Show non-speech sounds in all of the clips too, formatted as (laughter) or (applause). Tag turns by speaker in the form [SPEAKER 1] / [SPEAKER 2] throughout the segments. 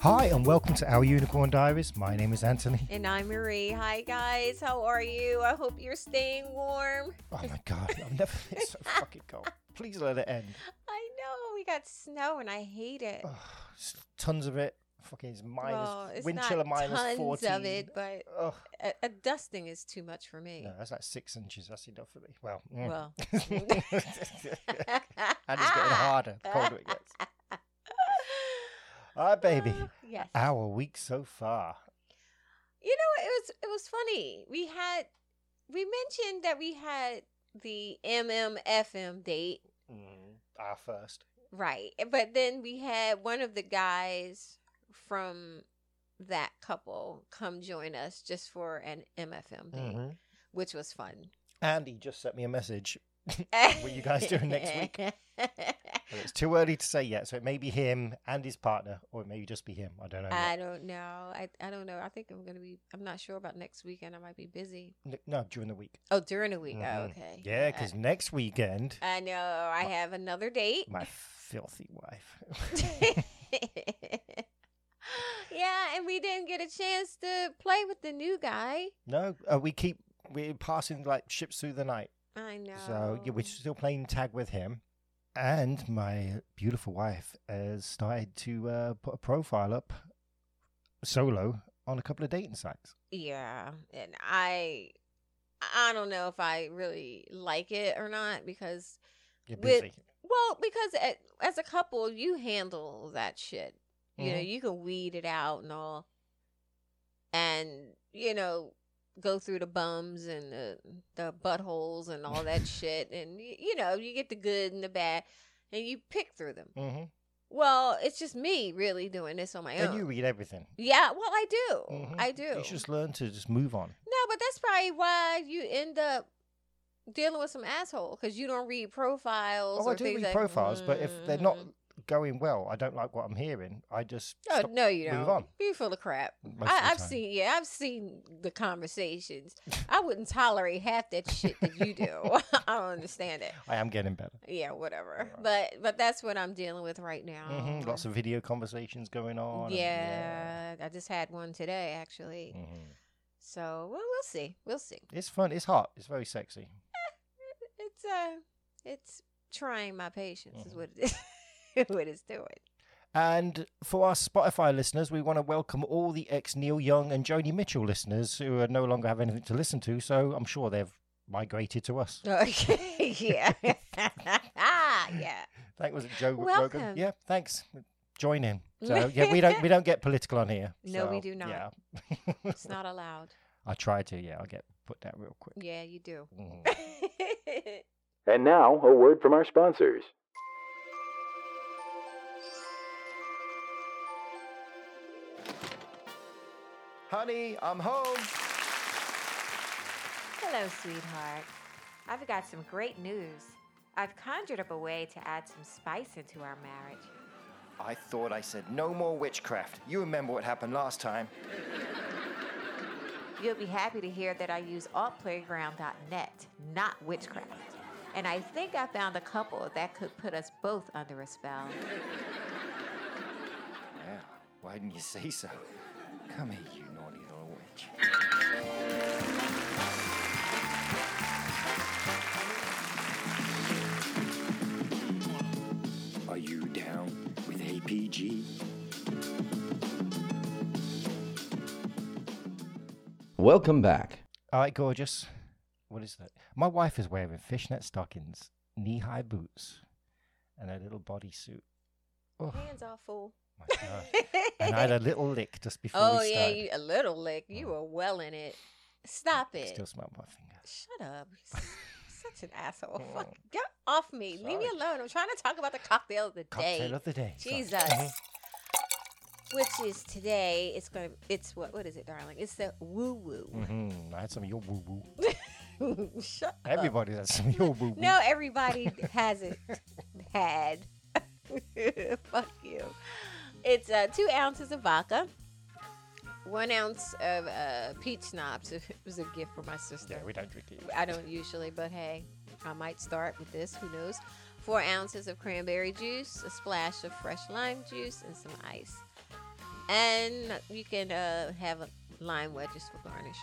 [SPEAKER 1] Hi, and welcome to Our Unicorn Diaries. My name is Anthony.
[SPEAKER 2] And I'm Marie. Hi, guys. How are you? I hope you're staying warm.
[SPEAKER 1] Oh my God, I've never been so fucking cold. Please let it end.
[SPEAKER 2] I know we got snow and I hate it.
[SPEAKER 1] Ugh, s- tons of it. Fucking it's minus,
[SPEAKER 2] well, it's
[SPEAKER 1] wind
[SPEAKER 2] not
[SPEAKER 1] chill of minus
[SPEAKER 2] tons
[SPEAKER 1] 14.
[SPEAKER 2] of it, but
[SPEAKER 1] Ugh,
[SPEAKER 2] a, a dusting is too much for me.
[SPEAKER 1] no, that's like six inches. That's enough for me. Well, mm. (laughs)
[SPEAKER 2] Well,
[SPEAKER 1] and it's getting
[SPEAKER 2] (laughs)
[SPEAKER 1] harder the colder it gets. All right, baby.
[SPEAKER 2] Uh, yes.
[SPEAKER 1] Our week so far.
[SPEAKER 2] You know, it was it was funny. We had we mentioned that we had the MMFM date,
[SPEAKER 1] Mm, our first.
[SPEAKER 2] right? eh, But then we had one of the guys from that couple come join us just for an MFM date,
[SPEAKER 1] Mhm.
[SPEAKER 2] which was
[SPEAKER 1] (laughs)
[SPEAKER 2] fun.
[SPEAKER 1] And he just sent me a message.
[SPEAKER 2] what
[SPEAKER 1] you guys doing next
[SPEAKER 2] (laughs) week?
[SPEAKER 1] But it's too early to say yet, so it may be him and his partner, or it may just be him. I don't know. yet.
[SPEAKER 2] I don't know. I, I don't know. I think I'm gonna be. I'm not sure about next weekend. I might be busy.
[SPEAKER 1] N- No, during the week.
[SPEAKER 2] Oh, during the week. Oh,
[SPEAKER 1] Mhm.
[SPEAKER 2] okay.
[SPEAKER 1] Yeah,
[SPEAKER 2] I-
[SPEAKER 1] because next weekend,
[SPEAKER 2] I know. I have another date.
[SPEAKER 1] my (laughs) filthy wife.
[SPEAKER 2] (laughs) yeah, and we didn't get a chance to play with the new guy.
[SPEAKER 1] no, uh, we keep we're passing like ships through the night,
[SPEAKER 2] I know.
[SPEAKER 1] so yeah, we're still playing tag with him. And my beautiful wife has started to uh, put a profile up solo on a couple of dating sites.
[SPEAKER 2] Yeah, and I, I don't know if I really like it or not because,
[SPEAKER 1] You're
[SPEAKER 2] With-
[SPEAKER 1] busy.
[SPEAKER 2] well, because a- as a couple, you handle that shit. You know,
[SPEAKER 1] Mhm.
[SPEAKER 2] you can weed it out and all, and you know, go through the bums and the the buttholes and all
[SPEAKER 1] (laughs)
[SPEAKER 2] that shit, and y- you know, you get the good and the bad, and you pick through them.
[SPEAKER 1] hmm
[SPEAKER 2] Well, it's just me really doing this on my
[SPEAKER 1] And
[SPEAKER 2] own.
[SPEAKER 1] you read everything.
[SPEAKER 2] yeah, well, I do.
[SPEAKER 1] Mhm.
[SPEAKER 2] I do.
[SPEAKER 1] You just learn to just move on.
[SPEAKER 2] No, but that's probably why you end up dealing with some asshole because you don't read profiles.
[SPEAKER 1] Oh,
[SPEAKER 2] or
[SPEAKER 1] I do
[SPEAKER 2] things
[SPEAKER 1] read
[SPEAKER 2] like-
[SPEAKER 1] profiles, but if they're not
[SPEAKER 2] Mm.
[SPEAKER 1] going well, I don't like what I'm hearing. I just
[SPEAKER 2] Oh,
[SPEAKER 1] stop
[SPEAKER 2] no, you don't.
[SPEAKER 1] move on.
[SPEAKER 2] You're full of crap.
[SPEAKER 1] most of the
[SPEAKER 2] I, I've
[SPEAKER 1] time.
[SPEAKER 2] seen, yeah, I've seen the conversations. I wouldn't tolerate half that shit that you
[SPEAKER 1] (laughs)
[SPEAKER 2] do. (laughs) I don't understand it.
[SPEAKER 1] I am getting better.
[SPEAKER 2] Yeah, whatever.
[SPEAKER 1] Alright.
[SPEAKER 2] But but that's what I'm dealing with right now.
[SPEAKER 1] hmm Lots of video conversations going on. and-
[SPEAKER 2] yeah, I just had one today actually.
[SPEAKER 1] yeah. Mhm.
[SPEAKER 2] So well, we'll see. We'll see.
[SPEAKER 1] It's fun. It's hot. It's very sexy.
[SPEAKER 2] It's uh, it's trying my patience is
[SPEAKER 1] Mhm.
[SPEAKER 2] what it is. (laughs) what it's doing.
[SPEAKER 1] And for our Spotify listeners, we want to welcome all the ex Neil Young and Joni Mitchell listeners who are no longer have anything to listen to. So I'm sure they've migrated
[SPEAKER 2] (laughs)
[SPEAKER 1] to us.
[SPEAKER 2] Okay, yeah, (laughs) yeah.
[SPEAKER 1] That was Joe Rogan.
[SPEAKER 2] Welcome.
[SPEAKER 1] Yeah, thanks. Join
[SPEAKER 2] (laughs)
[SPEAKER 1] in. So yeah, we don't we don't get political on here.
[SPEAKER 2] No, we
[SPEAKER 1] so,
[SPEAKER 2] do not.
[SPEAKER 1] Yeah. (laughs)
[SPEAKER 2] It's not allowed.
[SPEAKER 1] I try to. Yeah, I'll get put down real
[SPEAKER 2] (laughs)
[SPEAKER 1] quick.
[SPEAKER 2] Yeah, you do.
[SPEAKER 1] Mhm.
[SPEAKER 3] And now, a word from our sponsors.
[SPEAKER 1] Honey, I'm home.
[SPEAKER 2] Hello, sweetheart. I've got some great news. I've conjured up a way to add some spice into our marriage.
[SPEAKER 1] I thought I said no more witchcraft. You remember what happened last time.
[SPEAKER 2] You'll be happy to hear that I use altplayground.net, not witchcraft. And I think I found a couple that could put us both under a spell.
[SPEAKER 1] Yeah, why didn't you say so? Come here, you naughty little witch.
[SPEAKER 3] Are you down with APG?
[SPEAKER 4] Welcome back.
[SPEAKER 1] All right, gorgeous. What is that? My wife is wearing fishnet stockings, knee high boots, and a little bodysuit. Oh,
[SPEAKER 2] Hands off, (laughs) fool.
[SPEAKER 1] my God. And I had a little lick just before
[SPEAKER 2] oh,
[SPEAKER 1] we
[SPEAKER 2] yeah,
[SPEAKER 1] started.
[SPEAKER 2] you, a little lick. You were well in it. Stop
[SPEAKER 1] I
[SPEAKER 2] it.
[SPEAKER 1] still smell my finger.
[SPEAKER 2] Shut up. You're s-
[SPEAKER 1] (laughs)
[SPEAKER 2] Such an asshole.
[SPEAKER 1] Oh.
[SPEAKER 2] Fuck, get off me. Leave me
[SPEAKER 1] Sorry.
[SPEAKER 2] alone. I'm trying to talk about the cocktail of the day.
[SPEAKER 1] Cocktail of the Mm-hmm. day. Sorry.
[SPEAKER 2] Jesus.
[SPEAKER 1] Mhm.
[SPEAKER 2] Which is today, it's going to, it's what, what is it, darling? It's the woo woo.
[SPEAKER 1] Mhm, I had some of your woo
[SPEAKER 2] (laughs)
[SPEAKER 1] woo. Mm.
[SPEAKER 2] Shut up.
[SPEAKER 1] Everybody has some of your woo woo.
[SPEAKER 2] No, everybody hasn't had. (laughs) Fuck you. It's uh, two ounces of vodka, one ounce of uh, peach schnapps. (laughs) It was a gift for my sister.
[SPEAKER 1] Yeah, we don't drink it.
[SPEAKER 2] I don't usually, but hey, I might start with this. Who knows? Four ounces of cranberry juice, a splash of fresh lime juice, and some ice. And you can uh, have a lime wedges for garnish.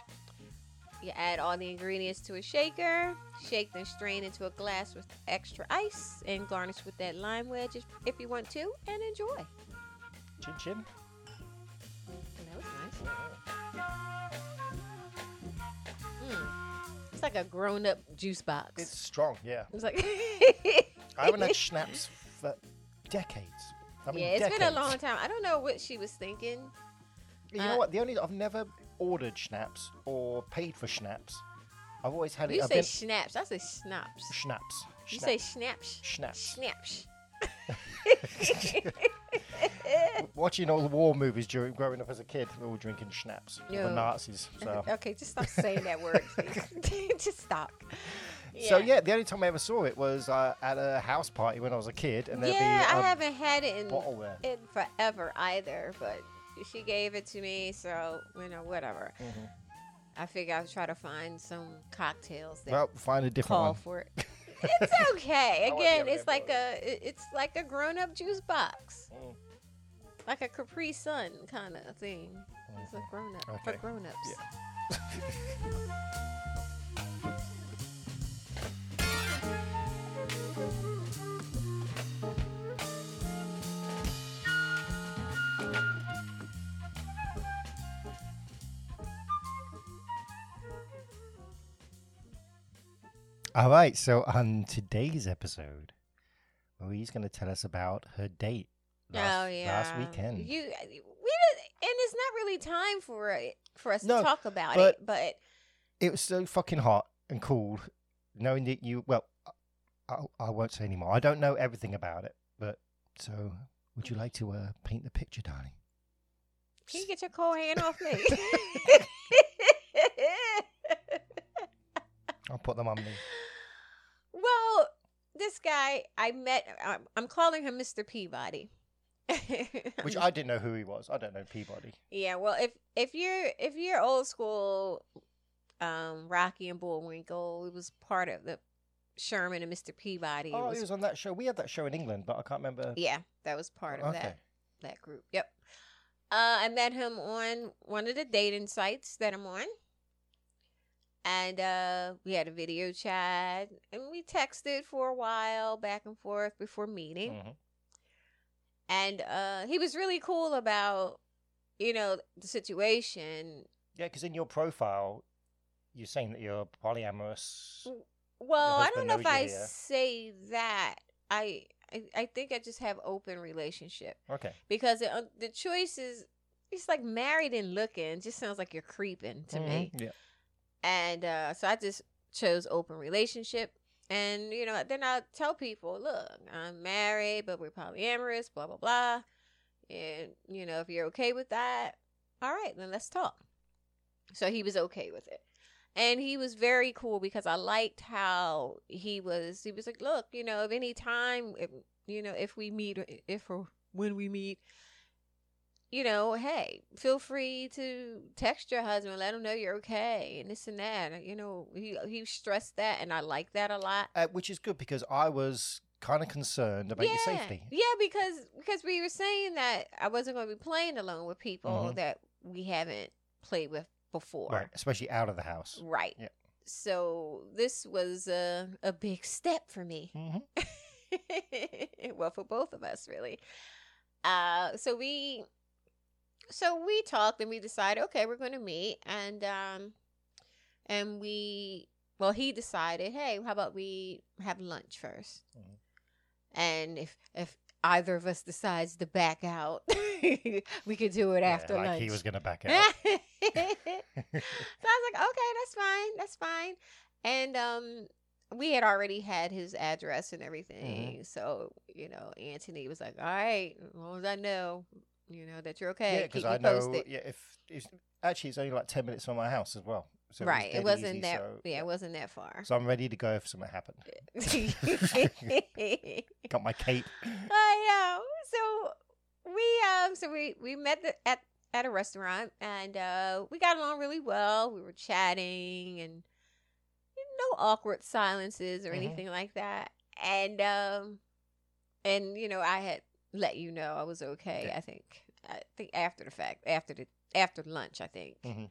[SPEAKER 2] You add all the ingredients to a shaker, shake then strain into a glass with extra ice, and garnish with that lime wedge if, if you want to, and enjoy.
[SPEAKER 1] Chin chin.
[SPEAKER 2] And that was nice. Mm. It's like a grown up juice box.
[SPEAKER 1] It's strong, yeah.
[SPEAKER 2] It's like (laughs)
[SPEAKER 1] I haven't had schnapps for decades. I mean,
[SPEAKER 2] yeah, it's been a
[SPEAKER 1] decades.
[SPEAKER 2] long time. I don't know what she was thinking.
[SPEAKER 1] You
[SPEAKER 2] uh,
[SPEAKER 1] know what? The only I've never ordered schnapps or paid for schnapps. I've always had it.
[SPEAKER 2] You
[SPEAKER 1] I've
[SPEAKER 2] say
[SPEAKER 1] been-
[SPEAKER 2] schnapps. I say schnapps.
[SPEAKER 1] schnapps.
[SPEAKER 2] You say
[SPEAKER 1] Schnapps.
[SPEAKER 2] schnapps.
[SPEAKER 1] schnapps.
[SPEAKER 2] Schnapps.
[SPEAKER 1] Watching all the war movies during growing up as a kid, we were all drinking schnapps. All
[SPEAKER 2] No.
[SPEAKER 1] The Nazis.
[SPEAKER 2] (laughs)
[SPEAKER 1] So.
[SPEAKER 2] Okay, just stop saying that word, please. (laughs) just stop.
[SPEAKER 1] so yeah, the only time I ever saw it was uh, at a house party when I was a kid, and there'd
[SPEAKER 2] Yeah,
[SPEAKER 1] be
[SPEAKER 2] I
[SPEAKER 1] a
[SPEAKER 2] haven't had it in
[SPEAKER 1] bottle there.
[SPEAKER 2] in forever either, but she gave it to me, so you know whatever.
[SPEAKER 1] Mm-hmm.
[SPEAKER 2] I figure I'll try to find some cocktails that
[SPEAKER 1] Well, find a different
[SPEAKER 2] call
[SPEAKER 1] one.
[SPEAKER 2] for it.
[SPEAKER 1] (laughs)
[SPEAKER 2] it's okay.
[SPEAKER 1] I won't be
[SPEAKER 2] Again,
[SPEAKER 1] able to
[SPEAKER 2] it's like a it- it's like a grown up juice box,
[SPEAKER 1] Mm.
[SPEAKER 2] like a Capri Sun kind of thing. It's a grown up for
[SPEAKER 1] Mm-hmm. Okay.
[SPEAKER 2] grown ups.
[SPEAKER 1] All right, so on today's episode, Marie's going to tell us about her date last,
[SPEAKER 2] oh yeah,
[SPEAKER 1] last weekend.
[SPEAKER 2] You uh, we did, and it's not really time for it for us
[SPEAKER 1] No,
[SPEAKER 2] to talk about
[SPEAKER 1] but-
[SPEAKER 2] it, but
[SPEAKER 1] it was so fucking hot and cool, knowing that you. Well, I, I won't say anymore. I don't know everything about it, but so would you like to uh, paint the picture, darling?
[SPEAKER 2] Can you get your cold hand off
[SPEAKER 1] (laughs)
[SPEAKER 2] me? (laughs)
[SPEAKER 1] I'll put them on me.
[SPEAKER 2] well, this guy I met, I'm, I'm calling him Mr. Peabody. (laughs)
[SPEAKER 1] Which I didn't know who he was. I don't know Peabody.
[SPEAKER 2] yeah, well, if if you're if you're old school, um, Rocky and Bullwinkle, it was part of the Sherman and Mr. Peabody. It
[SPEAKER 1] Oh,
[SPEAKER 2] was-
[SPEAKER 1] he was on that show. We had that show in England, but I can't remember.
[SPEAKER 2] yeah, that was part of
[SPEAKER 1] okay.
[SPEAKER 2] that. that group. Yep. Uh, I met him on one of the dating sites that I'm on. And uh, we had a video chat and we texted for a while back and forth before meeting.
[SPEAKER 1] Mhm.
[SPEAKER 2] And uh, he was really cool about, you know, the situation.
[SPEAKER 1] Yeah, because in your profile, you're saying that you're polyamorous.
[SPEAKER 2] Mm, Well, I don't
[SPEAKER 1] husband
[SPEAKER 2] know if
[SPEAKER 1] knows you're
[SPEAKER 2] I
[SPEAKER 1] here.
[SPEAKER 2] say that. I, I I think I just have open relationship
[SPEAKER 1] Okay.
[SPEAKER 2] because it, the choice is it's like married and looking. Just sounds like you're creeping to me.
[SPEAKER 1] Mhm. Yeah.
[SPEAKER 2] and uh, so I just chose open relationship. And you know, then I tell people, look, I'm married, but we're polyamorous, blah blah blah. And you know, if you're okay with that, all right, then let's talk. So he was okay with it, and he was very cool because I liked how he was. He was like, look, you know, if any time, if, you know, if we meet, or if or when we meet, you know, hey, feel free to text your husband, let him know you're okay, and this and that. and, You know, he he stressed that, and I like that a lot.
[SPEAKER 1] Uh, which is good because I was kind of concerned about your
[SPEAKER 2] Yeah.
[SPEAKER 1] safety.
[SPEAKER 2] Yeah, because because we were saying that I wasn't going to be playing alone with people
[SPEAKER 1] Mhm.
[SPEAKER 2] that we haven't played with before.
[SPEAKER 1] Right. Especially out of the house.
[SPEAKER 2] Right.
[SPEAKER 1] Yeah.
[SPEAKER 2] So this was a a big step for me.
[SPEAKER 1] Mm-hmm.
[SPEAKER 2] (laughs) well, for both of us, really. Uh, so we, so we talked and we decided, okay, we're going to meet, and um, and we, well, he decided, hey, how about we have lunch 1st
[SPEAKER 1] Mhm.
[SPEAKER 2] and if if either of us decides to back out, (laughs) we could do it after
[SPEAKER 1] like
[SPEAKER 2] lunch.
[SPEAKER 1] he was going to
[SPEAKER 2] (laughs)
[SPEAKER 1] back out. (laughs)
[SPEAKER 2] so I was like, okay, that's fine, that's fine. And um, we had already had his address
[SPEAKER 1] Mm-hmm.
[SPEAKER 2] and everything, so you know, Anthony was like, all right, as long as I know, you know, that you're okay,
[SPEAKER 1] yeah,
[SPEAKER 2] keep
[SPEAKER 1] because
[SPEAKER 2] me
[SPEAKER 1] I know.
[SPEAKER 2] posted.
[SPEAKER 1] Yeah, if it's, actually it's only like ten minutes from my house as well. So was
[SPEAKER 2] right, it
[SPEAKER 1] dead
[SPEAKER 2] wasn't
[SPEAKER 1] easy,
[SPEAKER 2] that,
[SPEAKER 1] So,
[SPEAKER 2] yeah, it wasn't that far.
[SPEAKER 1] So I'm ready to go if something happened. (laughs)
[SPEAKER 2] (laughs)
[SPEAKER 1] Got my cape.
[SPEAKER 2] I know. So we um so we we met the, at at a restaurant and uh we got along really well. We were chatting and no awkward silences or
[SPEAKER 1] Mhm.
[SPEAKER 2] anything like that. And um and you know, I had let you know I was okay,
[SPEAKER 1] Yeah.
[SPEAKER 2] I think. I think after the fact, after the after lunch, I think.
[SPEAKER 1] Mhm.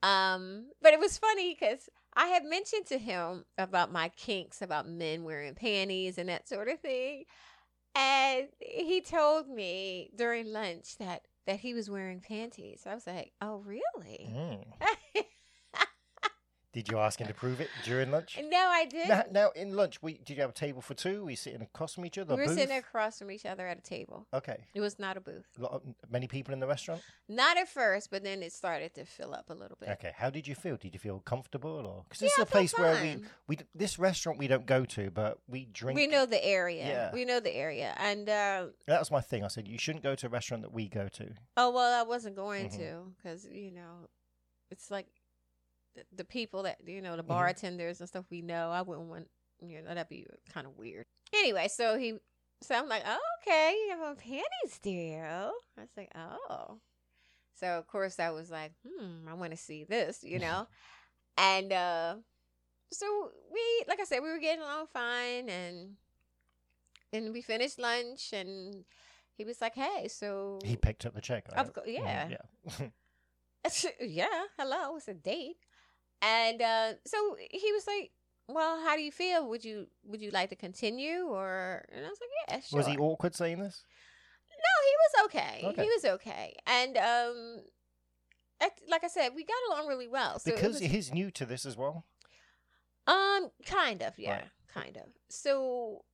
[SPEAKER 2] Um, but it was funny because I had mentioned to him about my kinks about men wearing panties and that sort of thing, and he told me during lunch that that he was wearing panties. I was like, "Oh, really?" (laughs)
[SPEAKER 1] Mm. Did you ask him to prove it during lunch?
[SPEAKER 2] no, I didn't.
[SPEAKER 1] Now, now in lunch, we did you have a table for two? We sitting across from each other.
[SPEAKER 2] we were
[SPEAKER 1] booth?
[SPEAKER 2] sitting across from each other at a table.
[SPEAKER 1] Okay,
[SPEAKER 2] It was not a booth.
[SPEAKER 1] lot of, many people in the restaurant.
[SPEAKER 2] Not at first, but then it started to fill up a little bit.
[SPEAKER 1] Okay, how did you feel? Did you feel comfortable, or because this
[SPEAKER 2] Yeah, I
[SPEAKER 1] is
[SPEAKER 2] felt
[SPEAKER 1] a place where we
[SPEAKER 2] fine.
[SPEAKER 1] we d- this restaurant we don't go to, but we drink.
[SPEAKER 2] We know the area.
[SPEAKER 1] Yeah.
[SPEAKER 2] We know the area. And uh,
[SPEAKER 1] that was my thing. I said you shouldn't go to a restaurant that we go to.
[SPEAKER 2] oh well, I wasn't going
[SPEAKER 1] Mhm.
[SPEAKER 2] to because you know, it's like the, the people that you know the bartenders and stuff we know. I wouldn't want you know that'd be kind of weird. Anyway, so he so I'm like, oh, okay, you have on panties, deal. I was like, oh. So of course I was like, hmm, I want to see this, you know, and uh, so we like I said we were getting along fine and. And we finished lunch, and he was like, "Hey, so
[SPEAKER 1] He picked up the check.
[SPEAKER 2] Of
[SPEAKER 1] right?
[SPEAKER 2] cour-
[SPEAKER 1] Mhm,
[SPEAKER 2] yeah.
[SPEAKER 1] yeah.
[SPEAKER 2] (laughs) yeah, hello, it's a date. And uh, so he was like, "Well, how do you feel? Would you would you like to continue?" Or and I was like, "Yeah, sure."
[SPEAKER 1] Was he awkward saying this?
[SPEAKER 2] No, he was okay.
[SPEAKER 1] Okay.
[SPEAKER 2] He was okay. And um, act- like I said, we got along really well. So it
[SPEAKER 1] because
[SPEAKER 2] was-
[SPEAKER 1] he's new to this as well.
[SPEAKER 2] um, kind of, yeah,
[SPEAKER 1] Right.
[SPEAKER 2] kind of. So,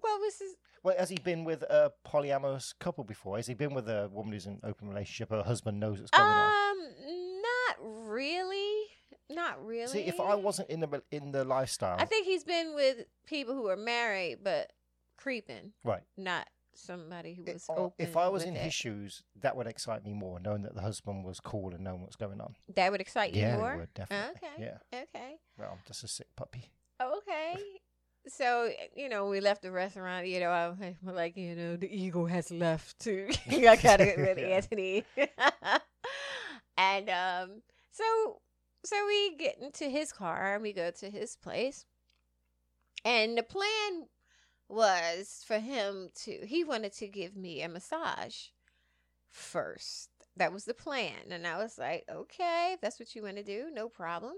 [SPEAKER 2] well, this is
[SPEAKER 1] Well, has he been with a polyamorous couple before? Has he been with a woman who's in an open relationship? Her husband knows what's
[SPEAKER 2] um,
[SPEAKER 1] going on.
[SPEAKER 2] not really, not really.
[SPEAKER 1] See, if I wasn't in the rel- in the lifestyle,
[SPEAKER 2] I think he's been with people who are married but creeping.
[SPEAKER 1] Right.
[SPEAKER 2] Not somebody who was
[SPEAKER 1] i- oh,
[SPEAKER 2] open.
[SPEAKER 1] if I was
[SPEAKER 2] with
[SPEAKER 1] in
[SPEAKER 2] it.
[SPEAKER 1] his shoes, that would excite me more, knowing that the husband was cool and knowing what's going on.
[SPEAKER 2] that would excite you
[SPEAKER 1] yeah, it
[SPEAKER 2] more.
[SPEAKER 1] would definitely.
[SPEAKER 2] Okay.
[SPEAKER 1] Yeah.
[SPEAKER 2] Okay. Oh,
[SPEAKER 1] Well, I'm just a sick puppy.
[SPEAKER 2] Okay. So you know, we left the restaurant. You know, I was like, you know, the ego has left too. (laughs) I
[SPEAKER 1] (laughs)
[SPEAKER 2] gotta get rid of
[SPEAKER 1] Yeah.
[SPEAKER 2] Anthony. (laughs) and um, so so we get into his car and we go to his place. And the plan was for him to he wanted to give me a massage first. That was the plan, and I was like, okay, if that's what you want to do, no problem.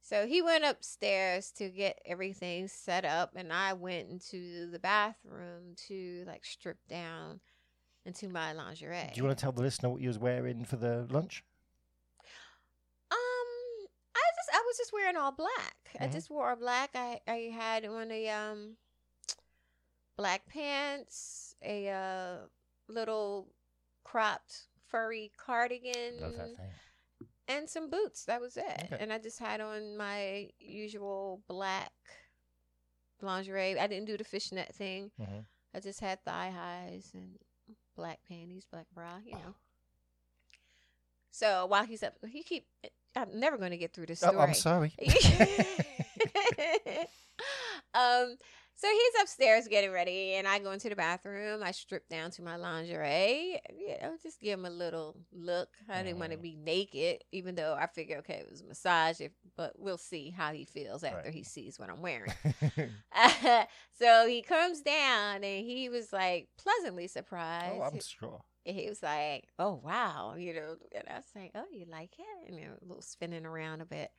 [SPEAKER 2] So he went upstairs to get everything set up, and I went into the bathroom to like strip down into my lingerie.
[SPEAKER 1] Do you want to tell the listener what you was wearing for the lunch?
[SPEAKER 2] Um, I just I was just wearing all black. I
[SPEAKER 1] Mhm.
[SPEAKER 2] just wore all black. I I had on a um black pants, a uh little cropped furry cardigan,
[SPEAKER 1] Love that thing.
[SPEAKER 2] and some boots. That was it.
[SPEAKER 1] Okay.
[SPEAKER 2] And I just had on my usual black lingerie. I didn't do the fishnet thing.
[SPEAKER 1] Mhm.
[SPEAKER 2] I just had thigh highs and black panties, black bra,
[SPEAKER 1] Oh.
[SPEAKER 2] you know. So while he's up, he keep. I'm never going to get through this story.
[SPEAKER 1] Oh,
[SPEAKER 2] (laughs)
[SPEAKER 1] I'm sorry.
[SPEAKER 2] um, so he's upstairs getting ready, and I go into the bathroom. I strip down to my lingerie. You know, just give him a little look. I didn't want to
[SPEAKER 1] Mhm.
[SPEAKER 2] be naked, even though I figure, okay, it was a massage, if, but we'll see how he feels after
[SPEAKER 1] Right.
[SPEAKER 2] he sees what I'm wearing. (laughs) so he comes down, and he was like pleasantly surprised.
[SPEAKER 1] oh,
[SPEAKER 2] (laughs)
[SPEAKER 1] I'm sure.
[SPEAKER 2] And he was like, "Oh wow," you know. And I was like, "Oh, you like it?" And you know, a little spinning around a bit.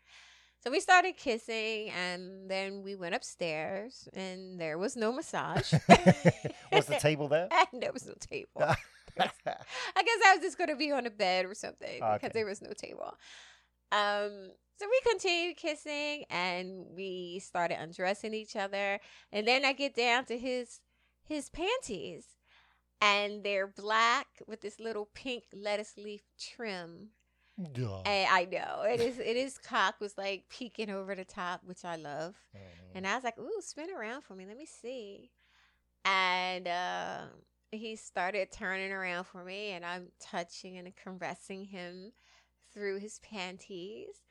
[SPEAKER 2] So we started kissing, and then we went upstairs, and there was no massage.
[SPEAKER 1] (laughs)
[SPEAKER 2] (laughs)
[SPEAKER 1] was the table there?
[SPEAKER 2] and there was no table. I guess I was just going to be on a bed or something
[SPEAKER 1] Ah,
[SPEAKER 2] because
[SPEAKER 1] okay.
[SPEAKER 2] there was no table. Um, so we continued kissing and we started undressing each other. And then I get down to his his panties, and they're black with this little pink lettuce leaf trim.
[SPEAKER 1] (laughs) Duh.
[SPEAKER 2] And I know it is it is cock was like peeking over the top, which I love.
[SPEAKER 1] Mhm.
[SPEAKER 2] And I was like, ooh, spin around for me. Let me see. And uh, he started turning around for me, and I'm touching and caressing him through his panties.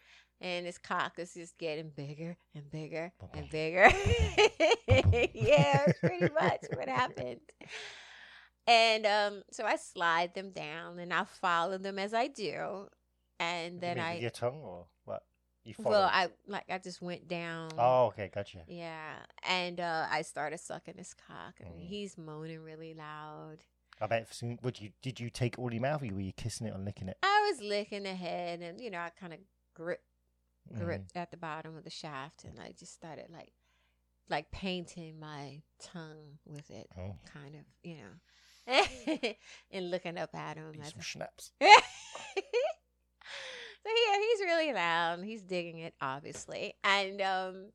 [SPEAKER 2] And his cock is just getting bigger and bigger and bigger. (laughs) yeah, pretty much what happened. And um, so I slide them down and I follow them as I do. And
[SPEAKER 1] You
[SPEAKER 2] then
[SPEAKER 1] mean
[SPEAKER 2] I,
[SPEAKER 1] with your tongue or what? You follow.
[SPEAKER 2] well, I um, like, I just went down.
[SPEAKER 1] Oh, okay, gotcha.
[SPEAKER 2] Yeah, and uh, I started sucking his cock, and
[SPEAKER 1] Mhm.
[SPEAKER 2] he's moaning really loud.
[SPEAKER 1] I bet. Soon, would you? Did you take all your mouth? Or were you kissing it or licking it?
[SPEAKER 2] I was licking the head, and you know, I kind of gripped grip
[SPEAKER 1] Mm.
[SPEAKER 2] at the bottom of the shaft, and I just started like, like painting my tongue with it,
[SPEAKER 1] Oh,
[SPEAKER 2] kind of, you know, (laughs) and looking up at him.
[SPEAKER 1] need
[SPEAKER 2] As
[SPEAKER 1] some schnapps.
[SPEAKER 2] so (laughs) yeah, he's really loud. and He's digging it, obviously, and um,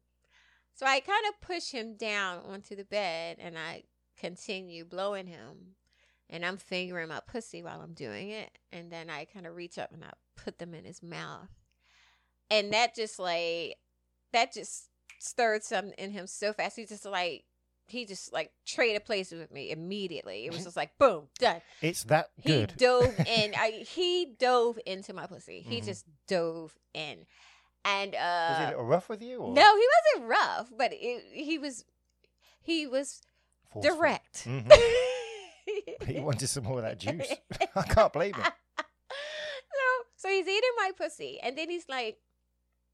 [SPEAKER 2] so I kind of push him down onto the bed, and I continue blowing him, and I'm fingering my pussy while I'm doing it, and then I kind of reach up and I put them in his mouth, and that just like that just stirred something in him so fast. He just like. He just like traded places with me immediately. It was just like boom, done
[SPEAKER 1] It's that
[SPEAKER 2] he
[SPEAKER 1] good. (laughs)
[SPEAKER 2] dove in. I, he dove into my pussy. He
[SPEAKER 1] Mhm.
[SPEAKER 2] just dove in, and
[SPEAKER 1] Was he a
[SPEAKER 2] uh,
[SPEAKER 1] little rough with you? Or
[SPEAKER 2] no, he wasn't rough, but it, he was, he was
[SPEAKER 1] forceful?
[SPEAKER 2] direct. (laughs)
[SPEAKER 1] Mhm. he wanted some more of that juice. I can't blame
[SPEAKER 2] (laughs)
[SPEAKER 1] him.
[SPEAKER 2] no, so he's eating my pussy, and then he's like,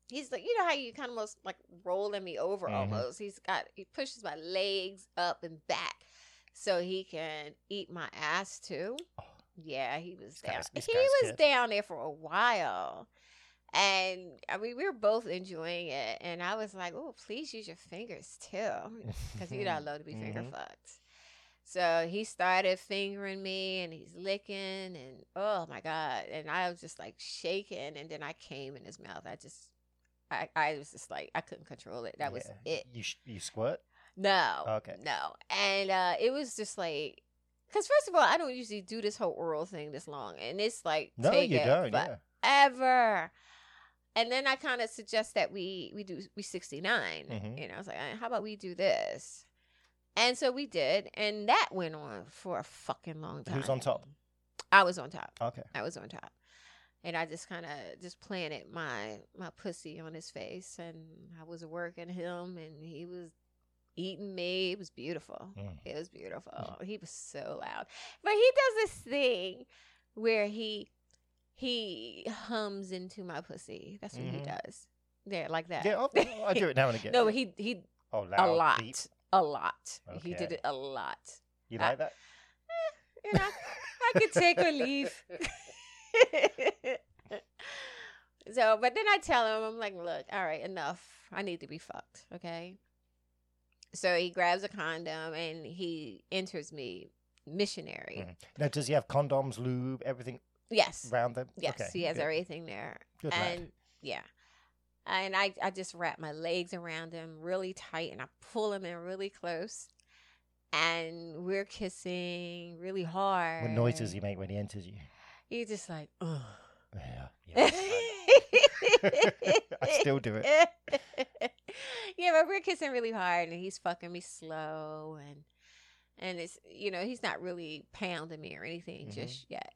[SPEAKER 2] he's like, you know how you kind of almost like rolling me over
[SPEAKER 1] Mhm.
[SPEAKER 2] almost. He's got he pushes my legs up and back so he can eat my ass too. Yeah, he was down.
[SPEAKER 1] guy's- Oh. this
[SPEAKER 2] he
[SPEAKER 1] guy's
[SPEAKER 2] was
[SPEAKER 1] good.
[SPEAKER 2] down there for a while. And I mean, we were both enjoying it. And I was like, oh, please use your fingers too because you know I love to be finger
[SPEAKER 1] Mhm.
[SPEAKER 2] fucked. So he started fingering me and he's licking and oh my god! And I was just like shaking, and then I came in his mouth. I just, I, I was just like I couldn't control it. That was
[SPEAKER 1] Yeah.
[SPEAKER 2] it.
[SPEAKER 1] You sh- you squirt.
[SPEAKER 2] No,
[SPEAKER 1] Okay.
[SPEAKER 2] no. And uh, it was just like, because first of all, I don't usually do this whole oral thing this long, and it's like
[SPEAKER 1] No,
[SPEAKER 2] take
[SPEAKER 1] you
[SPEAKER 2] it
[SPEAKER 1] don't.
[SPEAKER 2] fo-
[SPEAKER 1] yeah.
[SPEAKER 2] ever. And then I kind of suggest that we we do we 69.
[SPEAKER 1] Mhm.
[SPEAKER 2] You know, I was like, "Uh, how about we do this? And so we did, and that went on for a fucking long time.
[SPEAKER 1] Who's on top?
[SPEAKER 2] I was on top.
[SPEAKER 1] Okay.
[SPEAKER 2] I was on top. And I just kind of just planted my my pussy on his face, and I was working him, and he was eating me. It was beautiful.
[SPEAKER 1] Mm.
[SPEAKER 2] It was beautiful. He was so loud. But he does this thing where he he hums into my pussy. That's what he
[SPEAKER 1] Mhm.
[SPEAKER 2] does. Yeah, like that.
[SPEAKER 1] Yeah, oh, I,
[SPEAKER 2] (laughs)
[SPEAKER 1] I do it now and again.
[SPEAKER 2] no,
[SPEAKER 1] yeah.
[SPEAKER 2] he he
[SPEAKER 1] oh,
[SPEAKER 2] a
[SPEAKER 1] loud,
[SPEAKER 2] lot.
[SPEAKER 1] deep.
[SPEAKER 2] A lot. He did
[SPEAKER 1] Okay.
[SPEAKER 2] it a lot.
[SPEAKER 1] You
[SPEAKER 2] I-
[SPEAKER 1] like that?
[SPEAKER 2] You know, I could take or leave. (laughs) so, but then I tell him, I'm like, look, all right, enough. I need to be fucked, okay? So he grabs a condom and he enters me missionary.
[SPEAKER 1] Mhm. Now, does he have condoms, lube, everything
[SPEAKER 2] Yes.
[SPEAKER 1] round them?
[SPEAKER 2] Yes,
[SPEAKER 1] Mm-hmm. Okay,
[SPEAKER 2] he has
[SPEAKER 1] good.
[SPEAKER 2] everything there.
[SPEAKER 1] Good lad.
[SPEAKER 2] and yeah. And I, I just wrap my legs around him really tight and I pull him in really close. And we're kissing really hard.
[SPEAKER 1] What noise does he make when he enters you?
[SPEAKER 2] He's just like, ugh.
[SPEAKER 1] Yeah.
[SPEAKER 2] (laughs)
[SPEAKER 1] yeah. (laughs) I
[SPEAKER 2] I
[SPEAKER 1] still do it.
[SPEAKER 2] yeah, (laughs) but we're kissing really hard, and he's fucking me slow, and and it's you know he's not really pounding me or anything
[SPEAKER 1] Mhm.
[SPEAKER 2] just yet,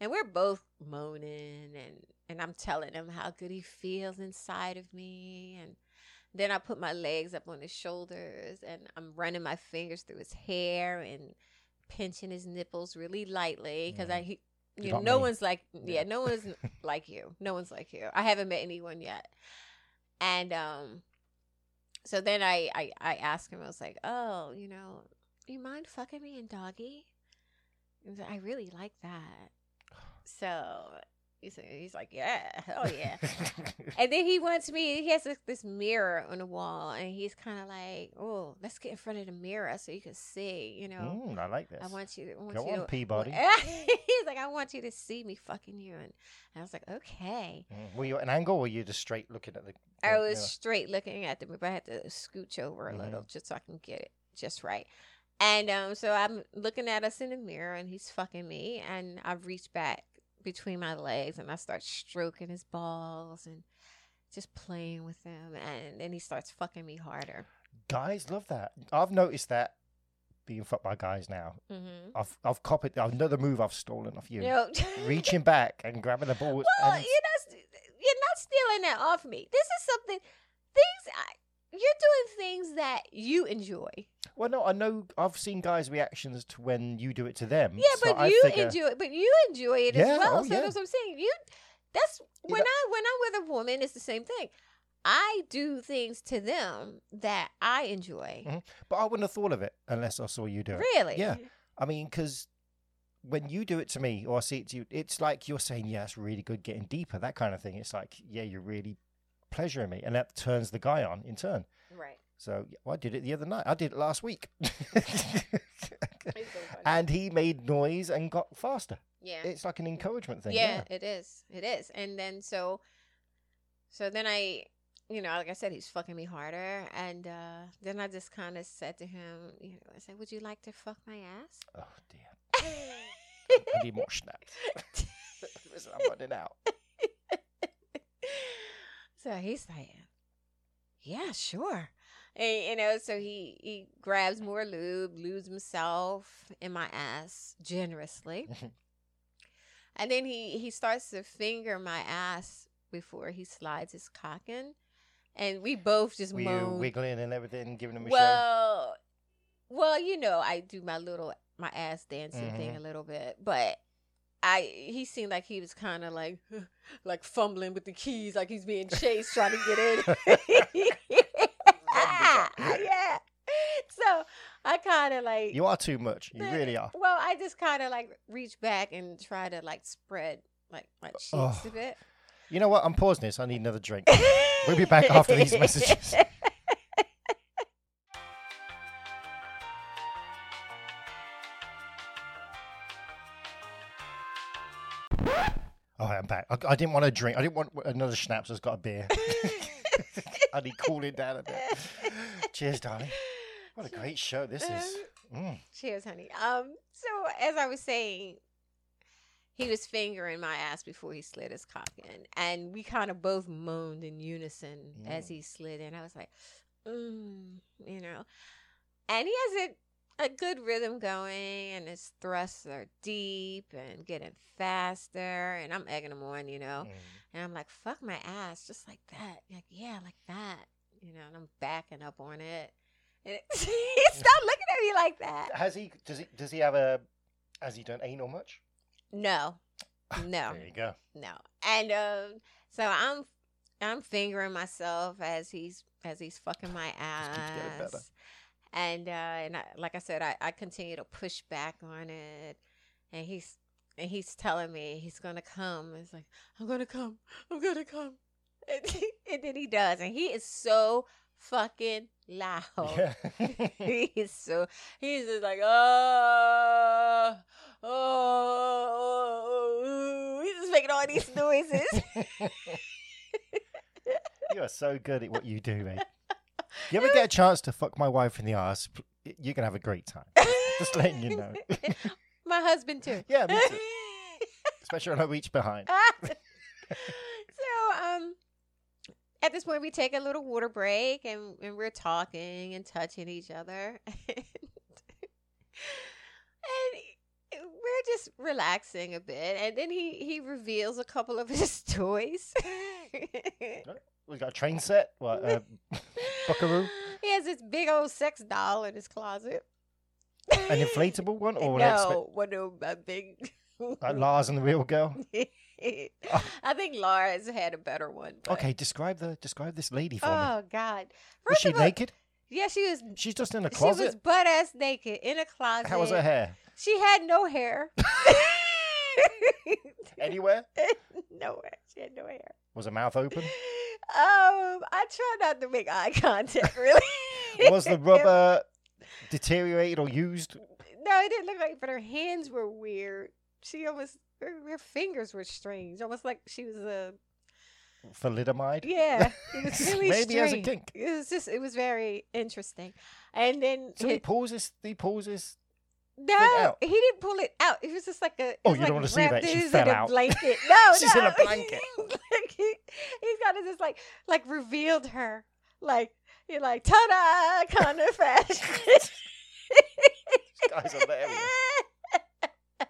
[SPEAKER 2] and we're both moaning, and and I'm telling him how good he feels inside of me, and then I put my legs up on his shoulders, and I'm running my fingers through his hair and pinching his nipples really lightly because I.
[SPEAKER 1] Mhm.
[SPEAKER 2] He,
[SPEAKER 1] You're
[SPEAKER 2] you know,
[SPEAKER 1] not
[SPEAKER 2] no
[SPEAKER 1] me.
[SPEAKER 2] one's like yeah,
[SPEAKER 1] Yeah.
[SPEAKER 2] no one's like you. No one's like you. I haven't met anyone yet. And um so then I I, I asked him, I was like, Oh, you know, you mind fucking me in doggy? He was like, I really like that. So he's, he's like, Yeah, oh
[SPEAKER 1] (laughs)
[SPEAKER 2] yeah. and then he wants me he has this, this mirror on the wall and he's kinda like, Oh, let's get in front of the mirror so you can see, you know.
[SPEAKER 1] Mm, I like this.
[SPEAKER 2] I want you. I want
[SPEAKER 1] Go
[SPEAKER 2] you
[SPEAKER 1] on,
[SPEAKER 2] to, (laughs)
[SPEAKER 1] Peabody.
[SPEAKER 2] He's like, I want you to see me fucking you, and I was like, okay.
[SPEAKER 1] Mm. Were you at an angle or were you just straight looking at the.
[SPEAKER 2] I
[SPEAKER 1] the
[SPEAKER 2] was
[SPEAKER 1] mirror?
[SPEAKER 2] straight looking at the mirror. I had to scooch over a
[SPEAKER 1] Mhm.
[SPEAKER 2] little just so I can get it just right. And um, so I'm looking at us in the mirror, and he's fucking me, and I reach back between my legs, and I start stroking his balls and just playing with him, and then he starts fucking me harder.
[SPEAKER 1] Guys love that. I've noticed that being fucked by guys now.
[SPEAKER 2] Mm-hmm.
[SPEAKER 1] I've I've copied another move I've stolen off you.
[SPEAKER 2] know,
[SPEAKER 1] Reaching back and grabbing the ball.
[SPEAKER 2] Well,
[SPEAKER 1] and-
[SPEAKER 2] you're not st- you're not stealing that off me. This is something things I, you're doing things that you enjoy.
[SPEAKER 1] Well, no, I know I've seen guys' reactions to when you do it to them.
[SPEAKER 2] Yeah,
[SPEAKER 1] Mm, so
[SPEAKER 2] but
[SPEAKER 1] I
[SPEAKER 2] you
[SPEAKER 1] figure,
[SPEAKER 2] enjoy but you enjoy it
[SPEAKER 1] Yeah,
[SPEAKER 2] as well.
[SPEAKER 1] oh,
[SPEAKER 2] so
[SPEAKER 1] yeah.
[SPEAKER 2] that's what I'm saying. You that's
[SPEAKER 1] You
[SPEAKER 2] when I when I'm with a woman, it's the same thing. I do things to them that I enjoy.
[SPEAKER 1] Mm, Mhm. But I wouldn't have thought of it unless I saw you do it.
[SPEAKER 2] Really?
[SPEAKER 1] Yeah. I mean, because when you do it to me or I see it to you, it's like you're saying, yeah, it's really good getting deeper, that kind of thing. It's like, yeah, you're really pleasuring me. And that turns the guy on in turn.
[SPEAKER 2] (laughs) Right.
[SPEAKER 1] So yeah, well, I did it the other night. I did it last week. (laughs)
[SPEAKER 2] It's so funny.
[SPEAKER 1] and he made noise and got faster.
[SPEAKER 2] yeah.
[SPEAKER 1] It's like an encouragement thing.
[SPEAKER 2] yeah, it is. It is. And then so so then I you know, like I said, he's fucking me harder and uh then I just kinda said to him, you know, I said, Would you like to fuck my ass?
[SPEAKER 1] (laughs) Oh, dear. I
[SPEAKER 2] (laughs)
[SPEAKER 1] need more (laughs) schnapps. Listen, I'm running out.
[SPEAKER 2] (laughs) so he's like, yeah, sure. And, you know, so he, he grabs more lube, lubes himself in my ass generously. and then he, he starts to finger my ass before he slides his cock in. And we both just
[SPEAKER 1] Were you
[SPEAKER 2] moan.
[SPEAKER 1] wiggling and everything, giving him a show?
[SPEAKER 2] Well, well, you know, I do my little my ass dancing
[SPEAKER 1] Mm-hmm.
[SPEAKER 2] thing a little bit, but I he seemed like he was kind of like (laughs) like fumbling with the keys, like he's being chased trying to
[SPEAKER 1] (laughs)
[SPEAKER 2] get in. (laughs) yeah. So I kind of like
[SPEAKER 1] You are too much.
[SPEAKER 2] (laughs)
[SPEAKER 1] You really are.
[SPEAKER 2] Well, I just kind of like reach back and try to like spread like my cheeks
[SPEAKER 1] Oh.
[SPEAKER 2] a bit.
[SPEAKER 1] You know what? I'm pausing this. I need
[SPEAKER 2] (laughs)
[SPEAKER 1] another drink. We'll be back after these messages. (laughs) All right, I'm back. I, I didn't want a drink. I didn't want another schnapps that's got a beer. (laughs) I need cooling down
[SPEAKER 2] (laughs)
[SPEAKER 1] a bit. Cheers, darling. What a great show
[SPEAKER 2] (laughs)
[SPEAKER 1] this is.
[SPEAKER 2] Uh,
[SPEAKER 1] Mm.
[SPEAKER 2] Cheers, honey. Um, so as I was saying, he was fingering my ass before he slid his cock in, and we kind of both moaned in unison as
[SPEAKER 1] Mm.
[SPEAKER 2] he slid in. I was like, mm, you know, and he has a, a good rhythm going, and his thrusts are deep and getting faster, and I'm egging him on, you know.
[SPEAKER 1] Mm.
[SPEAKER 2] And I'm like, fuck my ass, just like that. Like, yeah, like that. You know, and I'm backing up on it. And (laughs) it, he stopped looking at me like that.
[SPEAKER 1] Has he? Does he? Does he have a? Has he done anal much?
[SPEAKER 2] No, no,
[SPEAKER 1] (laughs) There you go.
[SPEAKER 2] no. And um, so I'm, I'm fingering myself as he's as he's fucking my
[SPEAKER 1] Just keeps getting better.
[SPEAKER 2] ass. And uh, and I, like I said, I, I continue to push back on it, and he's and he's telling me he's gonna come. It's like I'm gonna come, I'm gonna come, and, (laughs) and then he does, and he is so fucking loud.
[SPEAKER 1] (laughs) Yeah.
[SPEAKER 2] He is so (laughs) he's just like oh, oh, oh, oh," he's just making all
[SPEAKER 1] (laughs)
[SPEAKER 2] these (laughs) noises.
[SPEAKER 1] you are so good at what you
[SPEAKER 2] (laughs)
[SPEAKER 1] do, mate. You ever get a chance to fuck my wife in the ass? You're gonna have a great time. Just letting you know.
[SPEAKER 2] (laughs)
[SPEAKER 1] (laughs)
[SPEAKER 2] My husband too.
[SPEAKER 1] Yeah, (laughs) me
[SPEAKER 2] (laughs)
[SPEAKER 1] too. Especially when I reach behind.
[SPEAKER 2] so um at this point we take a little water break and, and we're talking and touching each other (laughs) and, uh, we're just relaxing a bit and then he he reveals a couple of (laughs) his toys
[SPEAKER 1] We got a train set. What? Uh, Buckaroo?
[SPEAKER 2] (laughs) he has this big old sex doll in his closet
[SPEAKER 1] an
[SPEAKER 2] (laughs)
[SPEAKER 1] inflatable one or an expe-
[SPEAKER 2] no one of my big (laughs)
[SPEAKER 1] like Lars and the Real Girl?
[SPEAKER 2] I think Laura's had a better one. but-
[SPEAKER 1] Okay, describe the describe this lady for me.
[SPEAKER 2] Oh God.
[SPEAKER 1] Was
[SPEAKER 2] First
[SPEAKER 1] she
[SPEAKER 2] of all-
[SPEAKER 1] naked?
[SPEAKER 2] Yeah, she was.
[SPEAKER 1] She's just in a
[SPEAKER 2] She was
[SPEAKER 1] closet.
[SPEAKER 2] butt ass naked in a closet.
[SPEAKER 1] How was her hair?
[SPEAKER 2] She had no
[SPEAKER 1] (laughs)
[SPEAKER 2] hair. (laughs)
[SPEAKER 1] Anywhere?
[SPEAKER 2] no hair. She had no hair.
[SPEAKER 1] Was her mouth open?
[SPEAKER 2] (laughs) Um, I try not to make eye (laughs) contact. Really.
[SPEAKER 1] Was the rubber deteriorated or used?
[SPEAKER 2] (laughs) No, it didn't look like. But her hands were weird. She almost her, her fingers were strange, almost like she was a
[SPEAKER 1] Thalidomide?
[SPEAKER 2] yeah. It
[SPEAKER 1] (laughs)
[SPEAKER 2] was really
[SPEAKER 1] Maybe as a
[SPEAKER 2] strange.
[SPEAKER 1] kink.
[SPEAKER 2] It was just it was very interesting, and then
[SPEAKER 1] So he
[SPEAKER 2] it-
[SPEAKER 1] pulls his he pulls his
[SPEAKER 2] No,
[SPEAKER 1] out?
[SPEAKER 2] he didn't pull it out. It was just like a. it
[SPEAKER 1] Oh,
[SPEAKER 2] was
[SPEAKER 1] you
[SPEAKER 2] like
[SPEAKER 1] don't wanna see that.
[SPEAKER 2] wrapped-
[SPEAKER 1] She
[SPEAKER 2] it was
[SPEAKER 1] fell
[SPEAKER 2] in
[SPEAKER 1] out.
[SPEAKER 2] A
[SPEAKER 1] (laughs)
[SPEAKER 2] blanket. No,
[SPEAKER 1] She's in
[SPEAKER 2] no. (laughs)
[SPEAKER 1] a blanket.
[SPEAKER 2] like he, he's kind of just like like revealed her, like you're like ta-da kind of fashion. (laughs)
[SPEAKER 1] guy's
[SPEAKER 2] and
[SPEAKER 1] (laughs) hilarious.
[SPEAKER 2] I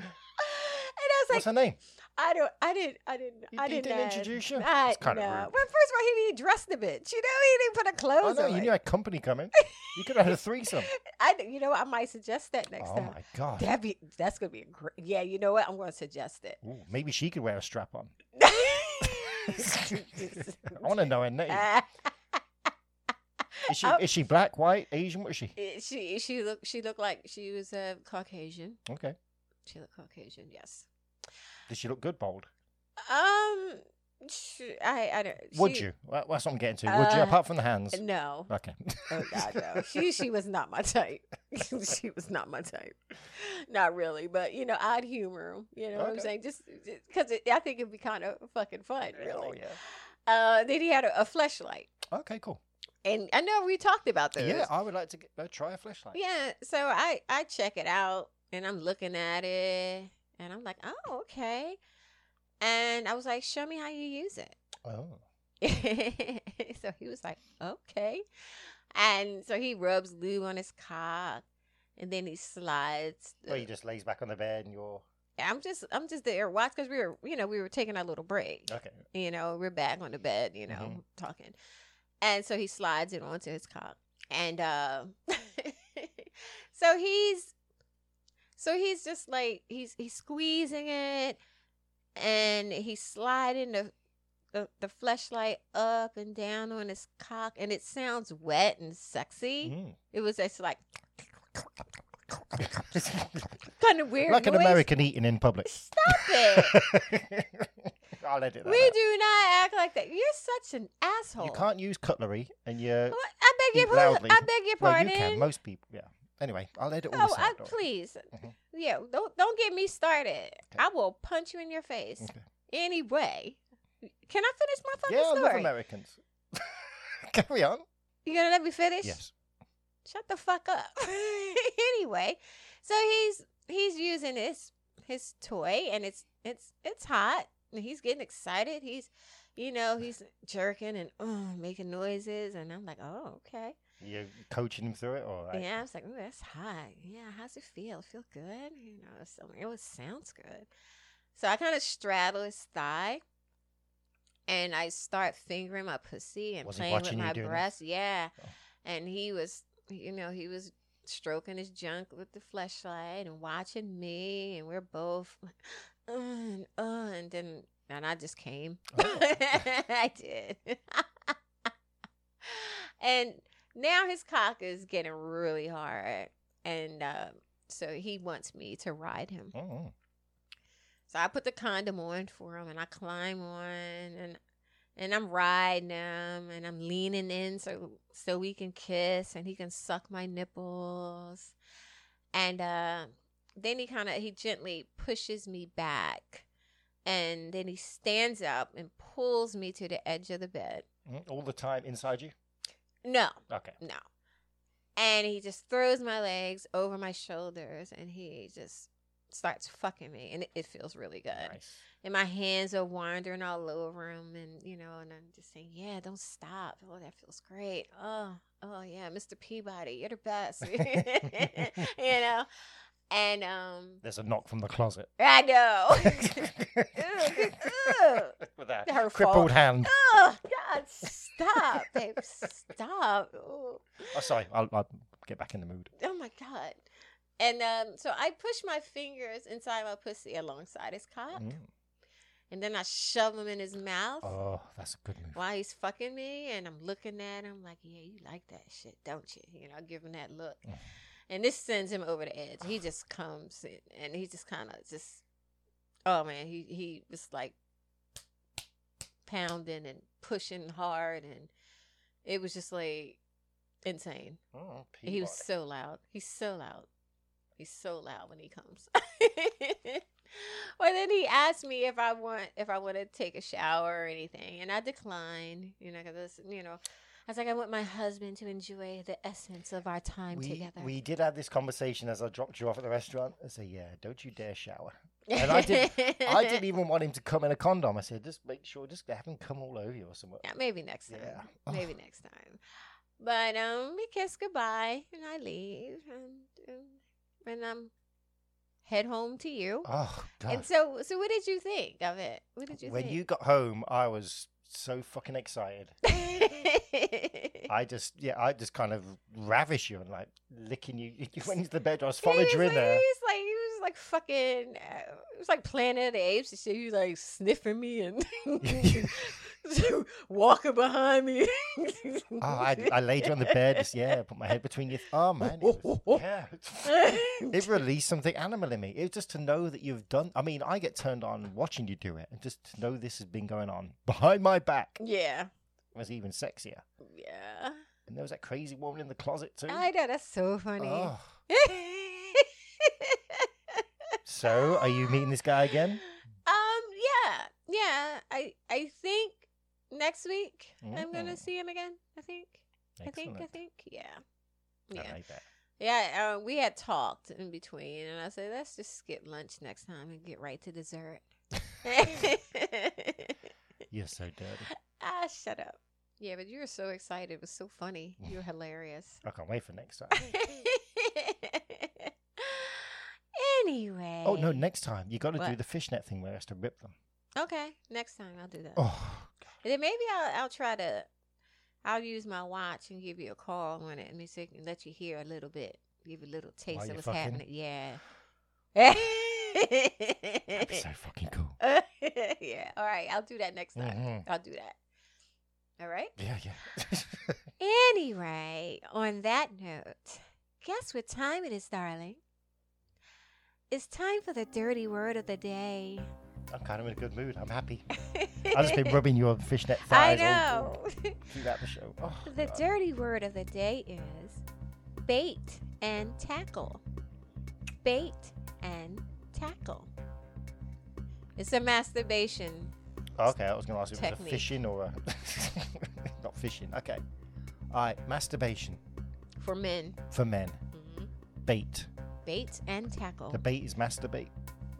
[SPEAKER 2] was like,
[SPEAKER 1] What's her name?
[SPEAKER 2] I don't, I didn't, I didn't,
[SPEAKER 1] You,
[SPEAKER 2] I
[SPEAKER 1] you
[SPEAKER 2] didn't,
[SPEAKER 1] didn't
[SPEAKER 2] ask.
[SPEAKER 1] introduce her.
[SPEAKER 2] I
[SPEAKER 1] it's kind
[SPEAKER 2] know.
[SPEAKER 1] of
[SPEAKER 2] Well,
[SPEAKER 1] rude.
[SPEAKER 2] first of all, he didn't dress the bitch. You know, he didn't put a
[SPEAKER 1] I
[SPEAKER 2] clothes
[SPEAKER 1] know
[SPEAKER 2] on.
[SPEAKER 1] you knew I had company coming. You could have had
[SPEAKER 2] (laughs)
[SPEAKER 1] a threesome.
[SPEAKER 2] I, you know, I might suggest that next
[SPEAKER 1] oh
[SPEAKER 2] time.
[SPEAKER 1] my god.
[SPEAKER 2] That be that's gonna be a great. Yeah, you know what? I'm gonna suggest it.
[SPEAKER 1] Ooh, maybe she could wear a
[SPEAKER 2] (laughs)
[SPEAKER 1] strap on. (laughs) I want to know her name.
[SPEAKER 2] (laughs) Ah,
[SPEAKER 1] Is she
[SPEAKER 2] Oh.
[SPEAKER 1] is she black, white, Asian? What is she?
[SPEAKER 2] she she looked she looked like she was uh, Caucasian.
[SPEAKER 1] Okay.
[SPEAKER 2] She looked Caucasian. Yes.
[SPEAKER 1] Did she look good bold?
[SPEAKER 2] Um, sh I I don't.
[SPEAKER 1] Would
[SPEAKER 2] she-
[SPEAKER 1] you? Well, that's what I'm getting to. Would you?
[SPEAKER 2] Uh,
[SPEAKER 1] Apart from the hands.
[SPEAKER 2] No. (laughs)
[SPEAKER 1] Okay.
[SPEAKER 2] Oh God, no. She she was not my type. (laughs) she was not my type. Not really, but you know, odd humor. You know what I'm
[SPEAKER 1] Okay.
[SPEAKER 2] saying? Just because I think it'd be kind of fucking fun.
[SPEAKER 1] Oh,
[SPEAKER 2] Really.
[SPEAKER 1] yeah.
[SPEAKER 2] Uh, then he had a, a flashlight,
[SPEAKER 1] Okay, cool.
[SPEAKER 2] and I know we talked about this.
[SPEAKER 1] Yeah, I would like to get, uh, try a flashlight.
[SPEAKER 2] Yeah, so I I check it out and I'm looking at it and I'm like, oh okay, and I was like, show me how you use it.
[SPEAKER 1] Oh.
[SPEAKER 2] (laughs) so he was like, okay. And so he rubs lube on his cock and then he slides.
[SPEAKER 1] Well, he
[SPEAKER 2] the-
[SPEAKER 1] just lays back on the bed and you're.
[SPEAKER 2] I'm just I'm just there watch because we were you know, we were taking our little break.
[SPEAKER 1] Okay.
[SPEAKER 2] You know, we're back on the bed, you know,
[SPEAKER 1] Mhm.
[SPEAKER 2] talking. And so he slides it onto his cock. And uh, (laughs) so he's so he's just like he's he's squeezing it and he's sliding the the, the fleshlight up and down on his cock and it sounds wet and sexy. (laughs)
[SPEAKER 1] Mm.
[SPEAKER 2] It was just like kind of weird.
[SPEAKER 1] like an
[SPEAKER 2] noise.
[SPEAKER 1] American eating in public.
[SPEAKER 2] Stop
[SPEAKER 1] (laughs)
[SPEAKER 2] it.
[SPEAKER 1] I'll edit that.
[SPEAKER 2] we
[SPEAKER 1] out.
[SPEAKER 2] do not act like that. You're such an asshole.
[SPEAKER 1] You can't use cutlery and you're.
[SPEAKER 2] What? I beg your
[SPEAKER 1] Speak
[SPEAKER 2] pardon. I
[SPEAKER 1] loudly.
[SPEAKER 2] beg your
[SPEAKER 1] Well,
[SPEAKER 2] Oh, pardon.
[SPEAKER 1] you can. Most people, yeah. Anyway, I'll edit all
[SPEAKER 2] Oh,
[SPEAKER 1] this
[SPEAKER 2] I,
[SPEAKER 1] out. don't worry.
[SPEAKER 2] please.
[SPEAKER 1] Mhm.
[SPEAKER 2] Yeah, don't don't get me started. I will punch you in your face.
[SPEAKER 1] Okay.
[SPEAKER 2] Anyway, can I finish my fucking
[SPEAKER 1] Yeah, I love
[SPEAKER 2] story?
[SPEAKER 1] Americans. (laughs) Carry on.
[SPEAKER 2] you gonna let me finish?
[SPEAKER 1] Yes.
[SPEAKER 2] Shut the fuck up. (laughs) anyway, so he's he's using his his toy, and it's it's it's hot. And he's getting excited. He's, you know, he's jerking and uh, making noises, and I'm like, oh, okay.
[SPEAKER 1] You're coaching him through it, all right?
[SPEAKER 2] Yeah, I was like, ooh, that's hot. Yeah, how's it feel? Feel good? You know, so it was, sounds good. So I kind of straddle his thigh and I start fingering my pussy and
[SPEAKER 1] Was he
[SPEAKER 2] playing with
[SPEAKER 1] watching you
[SPEAKER 2] my
[SPEAKER 1] doing this?
[SPEAKER 2] breast. Yeah.
[SPEAKER 1] Oh.
[SPEAKER 2] And he was, you know, he was stroking his junk with the flashlight and watching me and we're both (laughs) like, uh, and, uh, and then and I just came.
[SPEAKER 1] Oh.
[SPEAKER 2] (laughs) I did. (laughs) and now his cock is getting really hard and uh, so he wants me to ride him
[SPEAKER 1] Mm,
[SPEAKER 2] so i put the condom on for him and i climb on and and i'm riding him and i'm leaning in so so we can kiss and he can suck my nipples and uh, then he kind of he gently pushes me back and then he stands up and pulls me to the edge of the bed
[SPEAKER 1] mm. All the time inside you?
[SPEAKER 2] no
[SPEAKER 1] Okay.
[SPEAKER 2] no. And he just throws my legs over my shoulders and he just starts fucking me. And it, it feels really good.
[SPEAKER 1] Nice.
[SPEAKER 2] And my hands are wandering all over him. And, you know, and I'm just saying, yeah, don't stop. Oh, that feels great. Oh, oh, yeah, Mr. Peabody, you're the best. (laughs) you know? And, um,
[SPEAKER 1] There's a knock from the closet.
[SPEAKER 2] I
[SPEAKER 1] (laughs)
[SPEAKER 2] know. (laughs) Ugh.
[SPEAKER 1] With that
[SPEAKER 2] Her
[SPEAKER 1] crippled
[SPEAKER 2] fault. (laughs)
[SPEAKER 1] hand.
[SPEAKER 2] oh, God, stop, babe. Stop. Ooh.
[SPEAKER 1] Oh, sorry, I'll, I'll get back in the mood.
[SPEAKER 2] oh my god and um so i push my fingers inside my pussy alongside his cock
[SPEAKER 1] Mm.
[SPEAKER 2] and then i shove them in his mouth
[SPEAKER 1] Oh, that's a good move.
[SPEAKER 2] while he's fucking me and i'm looking at him like yeah you like that shit don't you you know I give him that look
[SPEAKER 1] Mhm.
[SPEAKER 2] and this sends him over the edge he just comes in and he just kind of just oh man he he was like pounding and pushing hard and it was just like insane
[SPEAKER 1] Oh,
[SPEAKER 2] he
[SPEAKER 1] Peabody.
[SPEAKER 2] was so loud. He's so loud. He's so loud when he comes. (laughs) well, then he asked me if I want if I want to take a shower or anything, and I declined. You know, because you know, I was like, I want my husband to enjoy the essence of our time
[SPEAKER 1] we,
[SPEAKER 2] together. (laughs)
[SPEAKER 1] we did have this conversation as I dropped you off at the restaurant. I said, "Yeah, don't you
[SPEAKER 2] (laughs)
[SPEAKER 1] dare shower." and I didn't- I e didn't even want him to come in a condom. I said, "Just make sure, just have him come all over you or somewhere."
[SPEAKER 2] Yeah, maybe next time.
[SPEAKER 1] Yeah. (laughs)
[SPEAKER 2] Maybe next time. But um, we kiss goodbye, and I leave, and um, and I'm head home to you.
[SPEAKER 1] Oh God!
[SPEAKER 2] And so, so what did you think of it? What did you
[SPEAKER 1] when you
[SPEAKER 2] think?
[SPEAKER 1] got home, I was so fucking excited. (laughs)
[SPEAKER 2] (laughs)
[SPEAKER 1] I just, yeah, I just kind of ravish you and like (laughs)
[SPEAKER 2] (laughs)
[SPEAKER 1] licking you. You went into the bedroom. I was followed
[SPEAKER 2] He
[SPEAKER 1] you
[SPEAKER 2] was like,
[SPEAKER 1] in there.
[SPEAKER 2] He was like, he was like fucking. Uh, was like Planet of the Apes and shit. He was like sniffing me
[SPEAKER 1] (laughs)
[SPEAKER 2] and (laughs) walking behind me.
[SPEAKER 1] Oh, I, I laid you on the bed.
[SPEAKER 2] (laughs)
[SPEAKER 1] Just, yeah, put my head between your. Th- oh man, it was- yeah. (laughs) It released something animal in me. It was just to know that you've done. I mean, I get turned on watching you do it, and just to know this has been going on (laughs) behind my back
[SPEAKER 2] (laughs) yeah,
[SPEAKER 1] was even sexier.
[SPEAKER 2] yeah.
[SPEAKER 1] And there was that crazy woman in the closet too.
[SPEAKER 2] I know that's so funny.
[SPEAKER 1] Oh.
[SPEAKER 2] (laughs)
[SPEAKER 1] So, are you meeting this guy again?
[SPEAKER 2] Um, yeah, yeah. I I think next week I'm gonna
[SPEAKER 1] Mm.
[SPEAKER 2] see him again. I think. I think. I
[SPEAKER 1] Excellent.
[SPEAKER 2] think. Yeah.
[SPEAKER 1] I
[SPEAKER 2] Yeah.
[SPEAKER 1] like that.
[SPEAKER 2] Yeah. Uh, we had talked in between, and I said, let's just skip lunch next time and get right to
[SPEAKER 1] (laughs)
[SPEAKER 2] dessert.
[SPEAKER 1] You're
[SPEAKER 2] (laughs)
[SPEAKER 1] so dirty.
[SPEAKER 2] ah, shut up. Yeah, but you were so excited. It was so funny. You were hilarious.
[SPEAKER 1] (laughs)
[SPEAKER 2] (laughs)
[SPEAKER 1] I can't wait for next time.
[SPEAKER 2] anyway.
[SPEAKER 1] Oh no, next time you got to do
[SPEAKER 2] What?
[SPEAKER 1] the fishnet thing where it has to rip them.
[SPEAKER 2] Okay, next time I'll do that.
[SPEAKER 1] Oh,
[SPEAKER 2] And then maybe I'll, I'll try to, I'll use my watch and give you a call on it and, music and let you hear a little bit, give you a little taste
[SPEAKER 1] you're
[SPEAKER 2] of what's
[SPEAKER 1] fucking?
[SPEAKER 2] happening. Yeah.
[SPEAKER 1] that'd
[SPEAKER 2] (laughs)
[SPEAKER 1] be so fucking cool.
[SPEAKER 2] yeah. All right, I'll do that next time.
[SPEAKER 1] Mhm.
[SPEAKER 2] I'll do that. All right.
[SPEAKER 1] Yeah, yeah. (laughs)
[SPEAKER 2] Anyway, on that note, guess what time it is, darling? It's time for the dirty word of the day.
[SPEAKER 1] I'm kind of in a good mood. I'm happy. I've just been rubbing your fishnet
[SPEAKER 2] (laughs) I
[SPEAKER 1] thighs all
[SPEAKER 2] know.
[SPEAKER 1] throughout the show. Oh,
[SPEAKER 2] The
[SPEAKER 1] God.
[SPEAKER 2] dirty word of the day is bait and tackle. Bait and tackle. It's a masturbation.
[SPEAKER 1] Oh, Okay, I was going to ask if it was a
[SPEAKER 2] technique.
[SPEAKER 1] fishing or a. (laughs) Not fishing. Okay. All right, masturbation
[SPEAKER 2] For men,
[SPEAKER 1] for men.
[SPEAKER 2] Mhm.
[SPEAKER 1] Bait.
[SPEAKER 2] bait and tackle.
[SPEAKER 1] The bait is masturbate.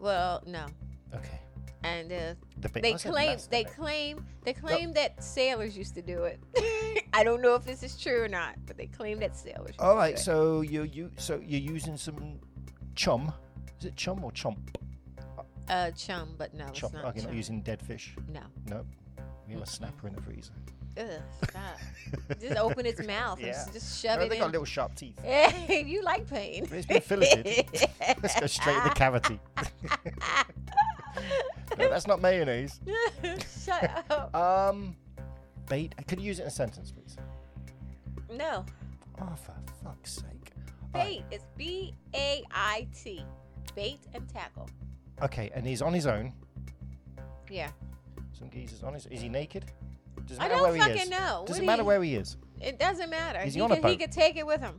[SPEAKER 2] Well, no,
[SPEAKER 1] Okay.
[SPEAKER 2] and uh,
[SPEAKER 1] The bait.
[SPEAKER 2] they
[SPEAKER 1] I said
[SPEAKER 2] claim they
[SPEAKER 1] masturbate.
[SPEAKER 2] claim they claim that sailors used to do it. (laughs) I don't know if this is true or not, but they claim that sailors. Used
[SPEAKER 1] All
[SPEAKER 2] to
[SPEAKER 1] right,
[SPEAKER 2] do it.
[SPEAKER 1] so you you so you're using some chum. Is it chum or chomp?
[SPEAKER 2] uh, chum, but no,
[SPEAKER 1] chum.
[SPEAKER 2] it's not
[SPEAKER 1] okay,
[SPEAKER 2] chum.
[SPEAKER 1] not using dead fish.
[SPEAKER 2] no,
[SPEAKER 1] Nope. We have a snapper in the freezer.
[SPEAKER 2] Ugh, stop.
[SPEAKER 1] (laughs)
[SPEAKER 2] just open its mouth and
[SPEAKER 1] Yeah.
[SPEAKER 2] s- just shove
[SPEAKER 1] no,
[SPEAKER 2] it
[SPEAKER 1] they
[SPEAKER 2] in.
[SPEAKER 1] got little sharp teeth.
[SPEAKER 2] (laughs) Hey, you like pain.
[SPEAKER 1] It's been filleted.
[SPEAKER 2] (laughs)
[SPEAKER 1] Let's go straight to the cavity. no, that's not mayonnaise.
[SPEAKER 2] (laughs) Shut up.
[SPEAKER 1] Um, bait. Could you use it in a sentence, please?
[SPEAKER 2] No.
[SPEAKER 1] Oh, for fuck's sake. All right,
[SPEAKER 2] Bait. It's B A I T. Bait and tackle.
[SPEAKER 1] Okay, and he's on his own.
[SPEAKER 2] Yeah.
[SPEAKER 1] Some geezer's on his. Is he naked? Doesn't
[SPEAKER 2] I
[SPEAKER 1] matter
[SPEAKER 2] don't
[SPEAKER 1] where he
[SPEAKER 2] fucking
[SPEAKER 1] is.
[SPEAKER 2] know.
[SPEAKER 1] Doesn't
[SPEAKER 2] What
[SPEAKER 1] matter
[SPEAKER 2] he-
[SPEAKER 1] where he is.
[SPEAKER 2] It doesn't matter.
[SPEAKER 1] Is he
[SPEAKER 2] he
[SPEAKER 1] on a
[SPEAKER 2] can he
[SPEAKER 1] boat?
[SPEAKER 2] can take it with him.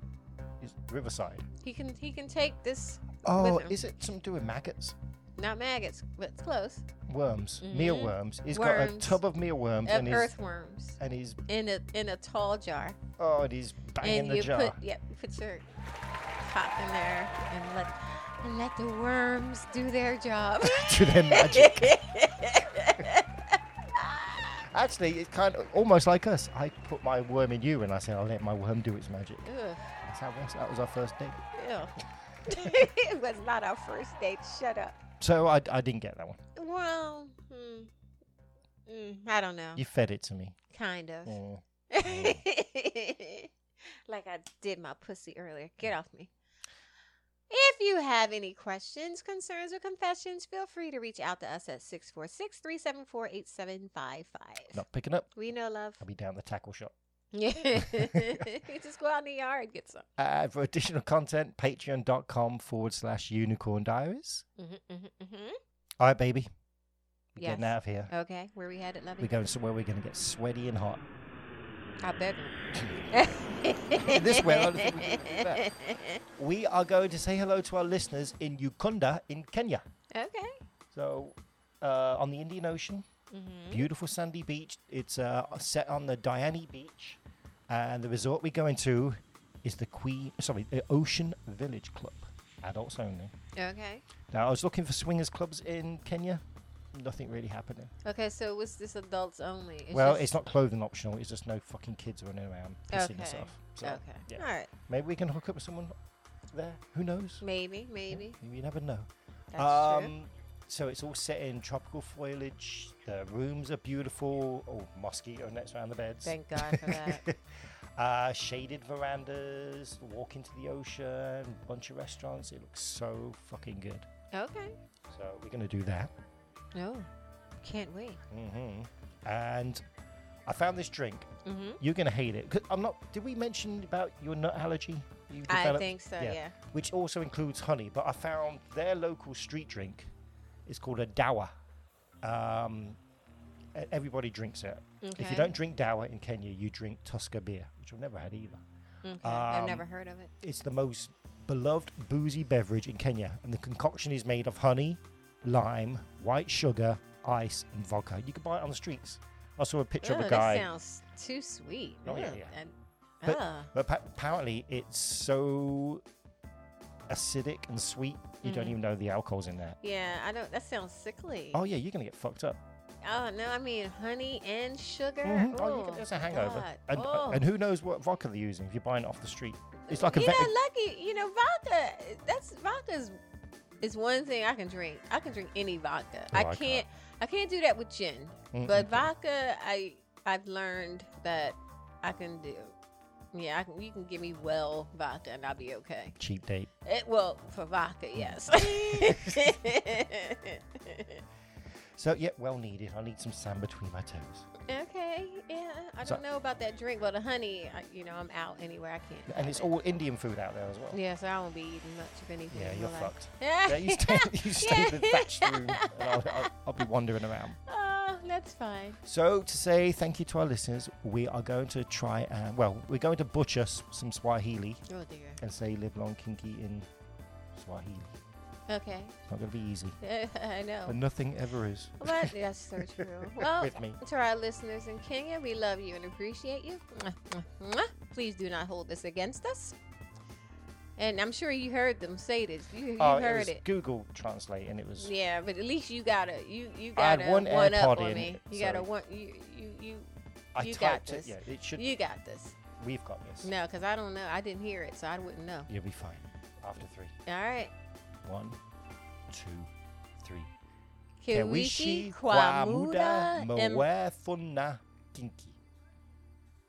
[SPEAKER 1] He's riverside.
[SPEAKER 2] He can he can take this
[SPEAKER 1] Oh,
[SPEAKER 2] him.
[SPEAKER 1] is it something to do with maggots?
[SPEAKER 2] not maggots, but it's close.
[SPEAKER 1] Worms,
[SPEAKER 2] Mhm.
[SPEAKER 1] mealworms. He's got a
[SPEAKER 2] Worms.
[SPEAKER 1] tub of mealworms
[SPEAKER 2] Of
[SPEAKER 1] and he's
[SPEAKER 2] earthworms.
[SPEAKER 1] and he's
[SPEAKER 2] In a in a tall jar.
[SPEAKER 1] oh, and he's banging
[SPEAKER 2] and
[SPEAKER 1] the
[SPEAKER 2] you
[SPEAKER 1] jar.
[SPEAKER 2] put yeah, you put your cock in there and let and let the worms do their job.
[SPEAKER 1] (laughs)
[SPEAKER 2] (laughs)
[SPEAKER 1] to their magic. Actually, it's kind of almost like us. I put my worm in you, and I said, "I'll let my worm do its magic."
[SPEAKER 2] Ugh,
[SPEAKER 1] That's how it was. That was our first date.
[SPEAKER 2] ew. (laughs) it was not our first date. Shut up.
[SPEAKER 1] So I, I didn't get that one.
[SPEAKER 2] Well, hmm, mm, I don't know.
[SPEAKER 1] You fed it to me.
[SPEAKER 2] kind of. (laughs)
[SPEAKER 1] Mm.
[SPEAKER 2] like I did my pussy earlier. Get off me. If you have any questions, concerns, or confessions, feel free to reach out to us at 646 374 8755.
[SPEAKER 1] Not picking up.
[SPEAKER 2] We know love.
[SPEAKER 1] I'll be down the tackle shop.
[SPEAKER 2] (laughs) Yeah. you just go out in the yard and get some.
[SPEAKER 1] Uh, for additional content, patreon.com forward slash unicorn diaries.
[SPEAKER 2] Mm-hmm, mm-hmm, mm-hmm.
[SPEAKER 1] All right, baby. We're
[SPEAKER 2] Yes.
[SPEAKER 1] Getting out of here.
[SPEAKER 2] Okay, where we headed,
[SPEAKER 1] We're
[SPEAKER 2] lovey?
[SPEAKER 1] going somewhere we're going to get sweaty and hot.
[SPEAKER 2] Our bedroom.
[SPEAKER 1] This way, I don't think we can do that. We are going to say hello to our listeners in Ukunda in Kenya.
[SPEAKER 2] (laughs) Okay.
[SPEAKER 1] So, uh, on the Indian Ocean,
[SPEAKER 2] Mm-hmm.
[SPEAKER 1] beautiful sandy beach. It's uh, set on the Diani Beach, and the resort we go into is the Queen. Sorry, the Ocean Village Club, adults only.
[SPEAKER 2] Okay.
[SPEAKER 1] Now, I was looking for swingers clubs in Kenya. Nothing really happening.
[SPEAKER 2] Okay, so what's this adults only? It's
[SPEAKER 1] well,
[SPEAKER 2] just-
[SPEAKER 1] it's not clothing optional. It's just no fucking kids running around pissing us
[SPEAKER 2] Okay.
[SPEAKER 1] off. So
[SPEAKER 2] okay.
[SPEAKER 1] yeah.
[SPEAKER 2] All right.
[SPEAKER 1] maybe we can hook up with someone there. Who knows?
[SPEAKER 2] Maybe, maybe.
[SPEAKER 1] You never know.
[SPEAKER 2] That's
[SPEAKER 1] Um,
[SPEAKER 2] true.
[SPEAKER 1] So it's all set in tropical foliage. The rooms are beautiful. Oh, mosquito nets around the beds.
[SPEAKER 2] Thank God for
[SPEAKER 1] (laughs)
[SPEAKER 2] that.
[SPEAKER 1] Uh, shaded verandas, walk into the ocean, bunch of restaurants. It looks so fucking good.
[SPEAKER 2] okay.
[SPEAKER 1] So So we're going to do that.
[SPEAKER 2] No, can't wait.
[SPEAKER 1] hmm And I found this drink.
[SPEAKER 2] Mm-hmm.
[SPEAKER 1] You're going to hate it. 'Cause I'm not. Did we mention about your nut allergy? You
[SPEAKER 2] I
[SPEAKER 1] developed?
[SPEAKER 2] think so.
[SPEAKER 1] yeah.
[SPEAKER 2] Yeah.
[SPEAKER 1] Which also includes honey. But I found their local street drink. It's called a dawa. Um, e- everybody drinks it.
[SPEAKER 2] Okay.
[SPEAKER 1] If you don't drink dawa in Kenya, you drink Tusker beer, which I've never had either.
[SPEAKER 2] okay. Mm-hmm. I've
[SPEAKER 1] um,
[SPEAKER 2] never heard of it.
[SPEAKER 1] It's the most beloved boozy beverage in Kenya, and the concoction is made of honey, lime, white sugar, ice, and vodka. You can buy it on the streets. I saw a picture of
[SPEAKER 2] Ugh,
[SPEAKER 1] a guy,
[SPEAKER 2] That sounds too sweet.
[SPEAKER 1] Oh, yeah,
[SPEAKER 2] Ugh,
[SPEAKER 1] yeah.
[SPEAKER 2] and-
[SPEAKER 1] But-
[SPEAKER 2] ugh.
[SPEAKER 1] but pa- apparently it's so acidic and sweet, you don't
[SPEAKER 2] Mhm.
[SPEAKER 1] even know the alcohol's in there.
[SPEAKER 2] yeah, I don't. That sounds sickly.
[SPEAKER 1] Oh yeah, you're gonna get fucked up.
[SPEAKER 2] Oh, no, I mean honey and sugar.
[SPEAKER 1] Mhm. Oh, you
[SPEAKER 2] Oh,
[SPEAKER 1] can, there's a hangover,
[SPEAKER 2] God.
[SPEAKER 1] and, uh,
[SPEAKER 2] oh.
[SPEAKER 1] and who knows what vodka they're using if you're buying it off the street? It's like a
[SPEAKER 2] you
[SPEAKER 1] vet-
[SPEAKER 2] know, lucky. You know, vodka. That's vodka's is one thing I can drink. I can drink any vodka.
[SPEAKER 1] Oh,
[SPEAKER 2] I
[SPEAKER 1] I can't.
[SPEAKER 2] can't. I can't do that with gin.
[SPEAKER 1] Mm,
[SPEAKER 2] But
[SPEAKER 1] mm, mm.
[SPEAKER 2] vodka, I I've learned that I can do. Yeah, I can, you can give me well vodka and I'll be okay.
[SPEAKER 1] cheap date.
[SPEAKER 2] Eh, well, for vodka,
[SPEAKER 1] (laughs)
[SPEAKER 2] yes. (laughs)
[SPEAKER 1] So yeah, well needed. I need some sand between my toes.
[SPEAKER 2] okay, yeah. I
[SPEAKER 1] So-
[SPEAKER 2] don't know about that drink, but the honey, I, you know, I'm out anywhere I can't.
[SPEAKER 1] And it's all Indian food out there as well.
[SPEAKER 2] Yeah, so I won't be eating much of anything.
[SPEAKER 1] Yeah,
[SPEAKER 2] in my
[SPEAKER 1] you're
[SPEAKER 2] life. (laughs)
[SPEAKER 1] fucked. Yeah, you stay, you stay in the thatched room, and I'll, I'll, I'll be wandering around.
[SPEAKER 2] Oh, that's fine.
[SPEAKER 1] So to say thank you to our listeners, we are going to try and well, we're going to butcher s- some Swahili
[SPEAKER 2] Oh dear.
[SPEAKER 1] and say "live long kinky" in Swahili.
[SPEAKER 2] Okay, (laughs)
[SPEAKER 1] It's not going to be easy,
[SPEAKER 2] I
[SPEAKER 1] but
[SPEAKER 2] know. (laughs)
[SPEAKER 1] nothing ever is.
[SPEAKER 2] But that's so true.
[SPEAKER 1] (laughs)
[SPEAKER 2] Well,
[SPEAKER 1] With me.
[SPEAKER 2] To our listeners in Kenya, we love you and appreciate you. Mwah, mwah, mwah. Please do not hold this against us. And I'm sure you heard them say this. You, you
[SPEAKER 1] Oh, it
[SPEAKER 2] heard
[SPEAKER 1] was
[SPEAKER 2] it.
[SPEAKER 1] Google Translate, and it was
[SPEAKER 2] Yeah, but at least you gotta you you
[SPEAKER 1] I had
[SPEAKER 2] gotta
[SPEAKER 1] one
[SPEAKER 2] one,
[SPEAKER 1] AirPod
[SPEAKER 2] up on
[SPEAKER 1] in,
[SPEAKER 2] me. You gotta
[SPEAKER 1] so-
[SPEAKER 2] one you you you
[SPEAKER 1] I
[SPEAKER 2] You got
[SPEAKER 1] typed
[SPEAKER 2] this.
[SPEAKER 1] it. Yeah, it should.
[SPEAKER 2] you got this.
[SPEAKER 1] We've got this.
[SPEAKER 2] No, because I don't know. I didn't hear it, so I wouldn't know.
[SPEAKER 1] You'll be fine. After three,
[SPEAKER 2] All right.
[SPEAKER 1] one, two, three.
[SPEAKER 2] Kewishi
[SPEAKER 1] kwa
[SPEAKER 2] Kwamuda
[SPEAKER 1] muda
[SPEAKER 2] em-
[SPEAKER 1] mwefuna kinki.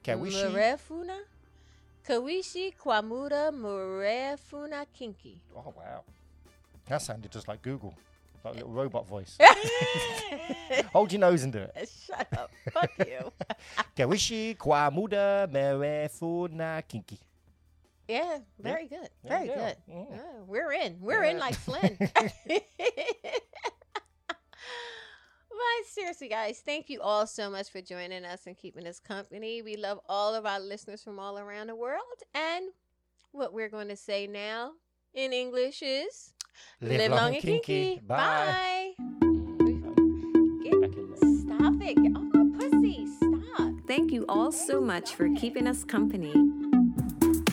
[SPEAKER 1] Kewishi.
[SPEAKER 2] Murefuna. Kawishi Kwamuda Murefuna Kinki. (laughs)
[SPEAKER 1] Oh wow, that sounded just like Google, like a little
[SPEAKER 2] Eh.
[SPEAKER 1] robot voice. Hold your nose and do it.
[SPEAKER 2] Shut up. Fuck you.
[SPEAKER 1] Kewishi kwa muda mwefuna kinki.
[SPEAKER 2] Yeah, very good.
[SPEAKER 1] There
[SPEAKER 2] Very
[SPEAKER 1] you
[SPEAKER 2] good.
[SPEAKER 1] go. Mm.
[SPEAKER 2] Yeah, we're in. We're in
[SPEAKER 1] Yeah.
[SPEAKER 2] like
[SPEAKER 1] (laughs)
[SPEAKER 2] Flynn. (laughs) But seriously, guys, thank you all so much for joining us and keeping us company. We love all of our listeners from all around the world. And what we're going to say now in English is
[SPEAKER 1] Bye.
[SPEAKER 2] Bye. Get- Stop it. Get off my pussy. Stop.
[SPEAKER 5] Thank you all so much for keeping us company.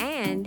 [SPEAKER 5] And